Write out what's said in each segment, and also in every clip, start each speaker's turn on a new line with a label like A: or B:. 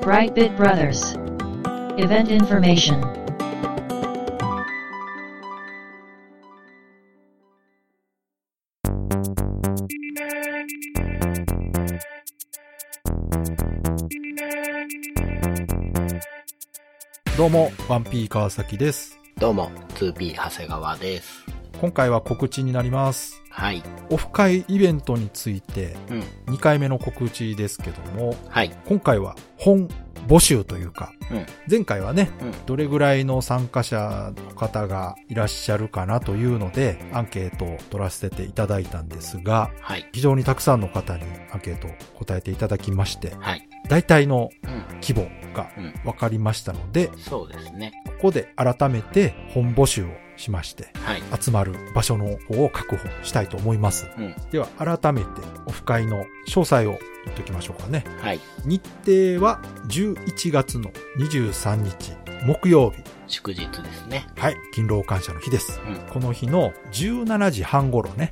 A: Brightbit Brothers. Event information.
B: どうも、ワンピー川崎です。
C: どうも、2P 長谷川です。
B: 今回は告知になります。
C: はい。
B: オフ会イベントについて
C: うん。
B: 2回目の告知ですけども、
C: はい。
B: 今回は本募集というか、
C: うん。
B: 前回はね、
C: うん
B: どれぐらいの参加者の方がいらっしゃるかなというので、アンケートを取らせていただいたんですが、
C: はい。
B: 非常にたくさんの方にアンケートを答えていただきまして、
C: はい。
B: 大体の
C: うん。
B: 規模が
C: うん。
B: 分かりましたので、
C: そうですね。
B: ここで改めて本募集をしまして、
C: はい。
B: 集まる場所の方を確保したいと思います。
C: うん。
B: では改めてオフ会の詳細を言っておきましょうかね。
C: はい。
B: 日程は11月の23日木曜日。
C: 祝日ですね。
B: はい。勤労感謝の日です。
C: うん。
B: この日の17時半頃ね、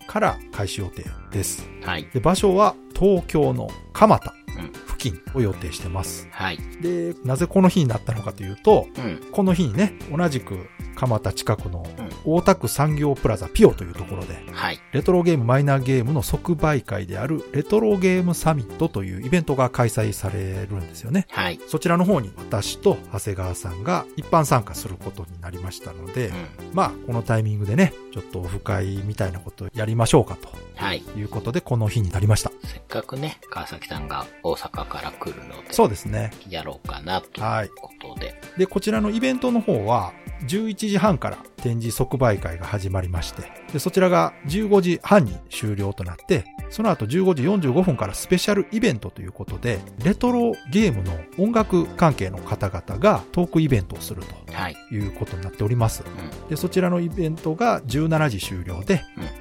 C: う
B: から開始予定です。
C: ん。はい。
B: で、場所は東京の蒲田
C: うん
B: 付近を予定してます。
C: はい。
B: で、なぜこの日になったのかというと、
C: うん。
B: この日にね、同じく蒲田近くの大田区産業プラザピオというところで、
C: はい。
B: レトロゲームマイナーゲームの即売会であるレトロゲームサミットというイベントが開催されるんですよね。
C: はい。
B: そちらの方に私と長谷川さんが一般参加することになりましたので
C: うん、。
B: まあこのタイミングでね、ちょっとオフ会みたいなことをやりましょうか
C: はい。
B: ということでこの日になりました。
C: せっかくね、川崎さんが大阪から来るので、
B: そうですね。
C: やろうかな、とい。
B: はいう
C: ことで。
B: で、こちらのイベントの方は11時半から展示即売会が始まりまして、でそちらが15時半に終了となって、その後15時45分からスペシャルイベントということで、レトロゲームの音楽関係の方々がトークイベントをする
C: はい。
B: ということになっております。
C: う
B: で、そちらのイベントが17時終了で、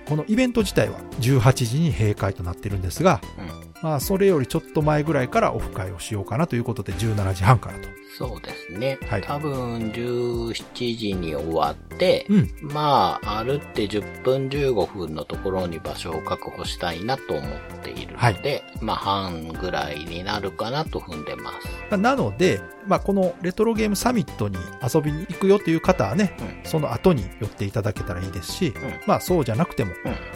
C: う
B: このイベント自体は18時に閉会となってるんですが、
C: うん
B: まあ、それよりちょっと前ぐらいからオフ会をしようかなということで、17時半からと。
C: そうですね。
B: はい
C: 多分、17時に終わって、
B: うん。
C: まあ、歩って10分15分のところに場所を確保したいなと思っているので、まあ、半ぐらいになるかなと踏んでます。
B: まあなので、まあ、このレトロゲームサミットに遊びに行くよという方はね、
C: う
B: その後に寄っていただけたらいいですし、
C: ん
B: まあそうじゃなくても、
C: う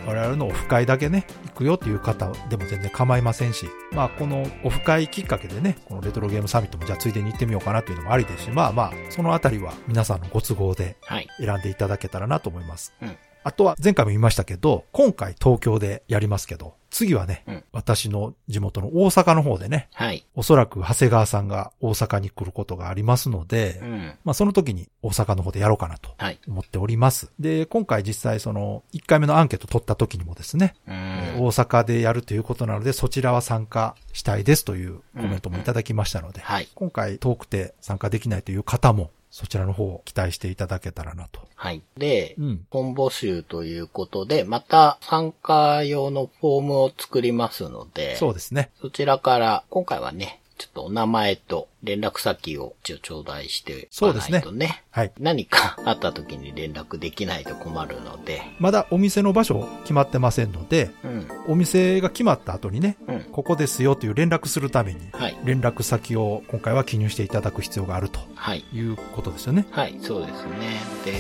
B: 我々のオフ会だけね、行くよという方でも全然構いませんし、まあこのオフ会きっかけでね、このレトロゲームサミットもじゃあついでに行ってみようかなというのもありですし、まあまあ、そのあたりは皆さんのご都合で
C: はい。
B: 選んでいただけたらなと思います。
C: うん
B: あとは前回も言いましたけど、今回東京でやりますけど、次はね、
C: うん
B: 私の地元の大阪の方でね、
C: はい。
B: おそらく長谷川さんが大阪に来ることがありますので、
C: うん。
B: まあその時に大阪の方でやろうかなと
C: はい。
B: 思っております。で、今回実際その1回目のアンケート取った時にもですね、
C: う
B: えー
C: ん。
B: 大阪でやるということなのでそちらは参加したいですというコメントもいただきましたので、
C: はい。
B: 今回遠くて参加できないという方もそちらの方を期待していただけたらなと。
C: はい。で、
B: うん。
C: 本募集ということで、また参加用のフォームを作りますので、
B: そうですね。
C: そちらから、今回はね、ちょっとお名前と連絡先を一応頂戴しておかない
B: そ
C: とね、
B: はい。
C: 何かあった時に連絡できないと困るので、
B: まだお店の場所決まってませんので、
C: うん。
B: お店が決まった後にね、
C: うん。
B: ここですよという連絡するために、
C: はい。
B: 連絡先を今回は記入していただく必要があると
C: はい。
B: いうことですよね。
C: はい、そうですね。で、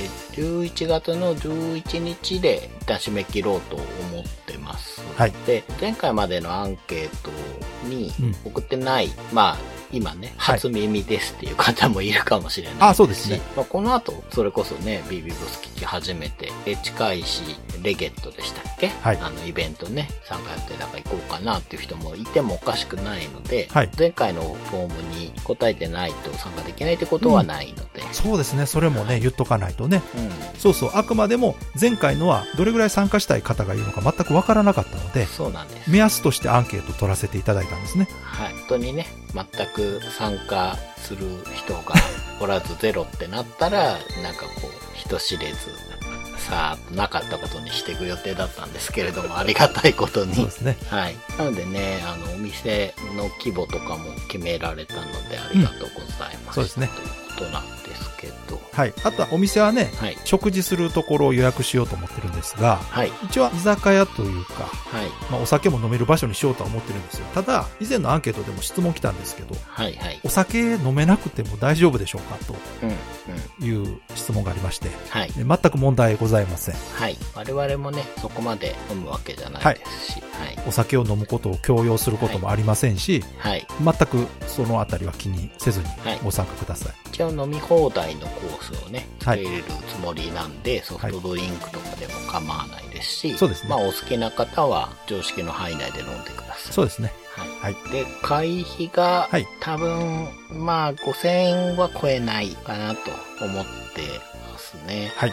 C: 11月の11日で一旦締め切ろうと思ってます。
B: はい
C: で、前回までのアンケートに
B: うん
C: 送ってない、まあ、今ね、
B: はい
C: 初耳ですっていう方もいるかもしれない
B: あそうですね。
C: まあ、この後、それこそね、ビビボス聞き始めて、で、近いし、レゲットでしたっけ
B: はい
C: あの、イベントね、参加やってなんか行こうかなっていう人もいてもおかしくないので、
B: はい
C: 前回のフォームに答えてないと参加できないってことはないので、
B: そうですね。それもね、言っとかないとね。
C: うん、
B: そうそう。あくまでも前回のはどれぐらい参加したい方がいるのか全くわからなかったので、
C: そうなんです。
B: 目安としてアンケート取らせていただいたんですね。
C: はい。本当にね、全く参加する人 がおらずゼロってなったら、なんかこう、人知れず、さあ、なかったことにしていく予定だったんですけれど も、ありがたいこ
B: そ
C: と
B: う
C: に
B: で。すね。
C: はい。なのでね、あの、お店の規模とかも決められたので、ありがとうございます、
B: そうですね
C: ということなんですけど、
B: はい。あとはお店はね、
C: はい。
B: 食事するところを予約しようと思ってるんですが、
C: はい。
B: 一応居酒屋というか、
C: はい。
B: まあ、お酒も飲める場所にしようとは思ってるんですよ。ただ、以前のアンケートでも質問来たんですけど、
C: はいはい
B: お。酒飲めなくても大丈夫でしょうか
C: うん。うん。
B: という質問がありまして、
C: はい。
B: で全く問題ございません。
C: はい。我々もね、そこまで飲むわけじゃないですし。はい。
B: お酒を飲むことを強要することもありませんし、
C: はい。
B: 全くそのあたりは気にせずに
C: はい
B: ご参加ください。
C: 一応飲み放題のコースをね、
B: は
C: 受
B: い
C: け入れるつもりなんで、ソフトドリンクとかでも構わないですし、
B: そうですね
C: まあ、お好きな方は常識の範囲内で飲んでください。
B: そうですね。
C: はい。
B: はい。
C: で、会費が、
B: はい
C: 多分、まあ、5000円は超えないかなと思ってますね。
B: はい。
C: はい。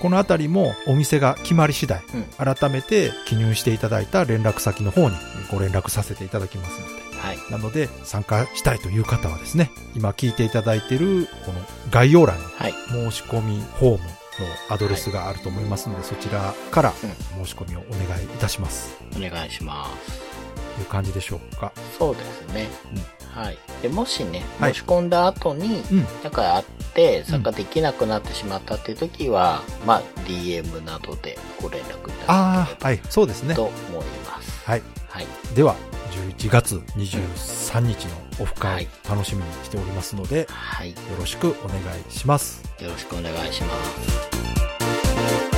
B: このあたりもお店が決まり次第、
C: うん
B: 改めて記入していただいた連絡先の方にご連絡させていただきますので。
C: はい。
B: なので、参加したいという方はですね、今聞いていただいているこの概要欄に
C: はい。
B: 申し込みフォームのアドレスがあると思いますので、そちらから申し込みをお願いいたします。
C: お願いします。
B: という感じでしょうか。
C: そうですね。はい。で、もしね、
B: はい
C: 申し込んだ後に、
B: うん。
C: なんかあって、参加できなくなってしまったっていう時は、まあ、DM などでご連絡いただ
B: ああ、
C: け
B: はい、そうです
C: れば
B: ね
C: と。思います。
B: はい。
C: はい。
B: では、11月23日のオフ
C: は
B: 会
C: い、
B: 楽しみにしておりますので、
C: はい。
B: よろしくお願いします。
C: よろしくお願いします。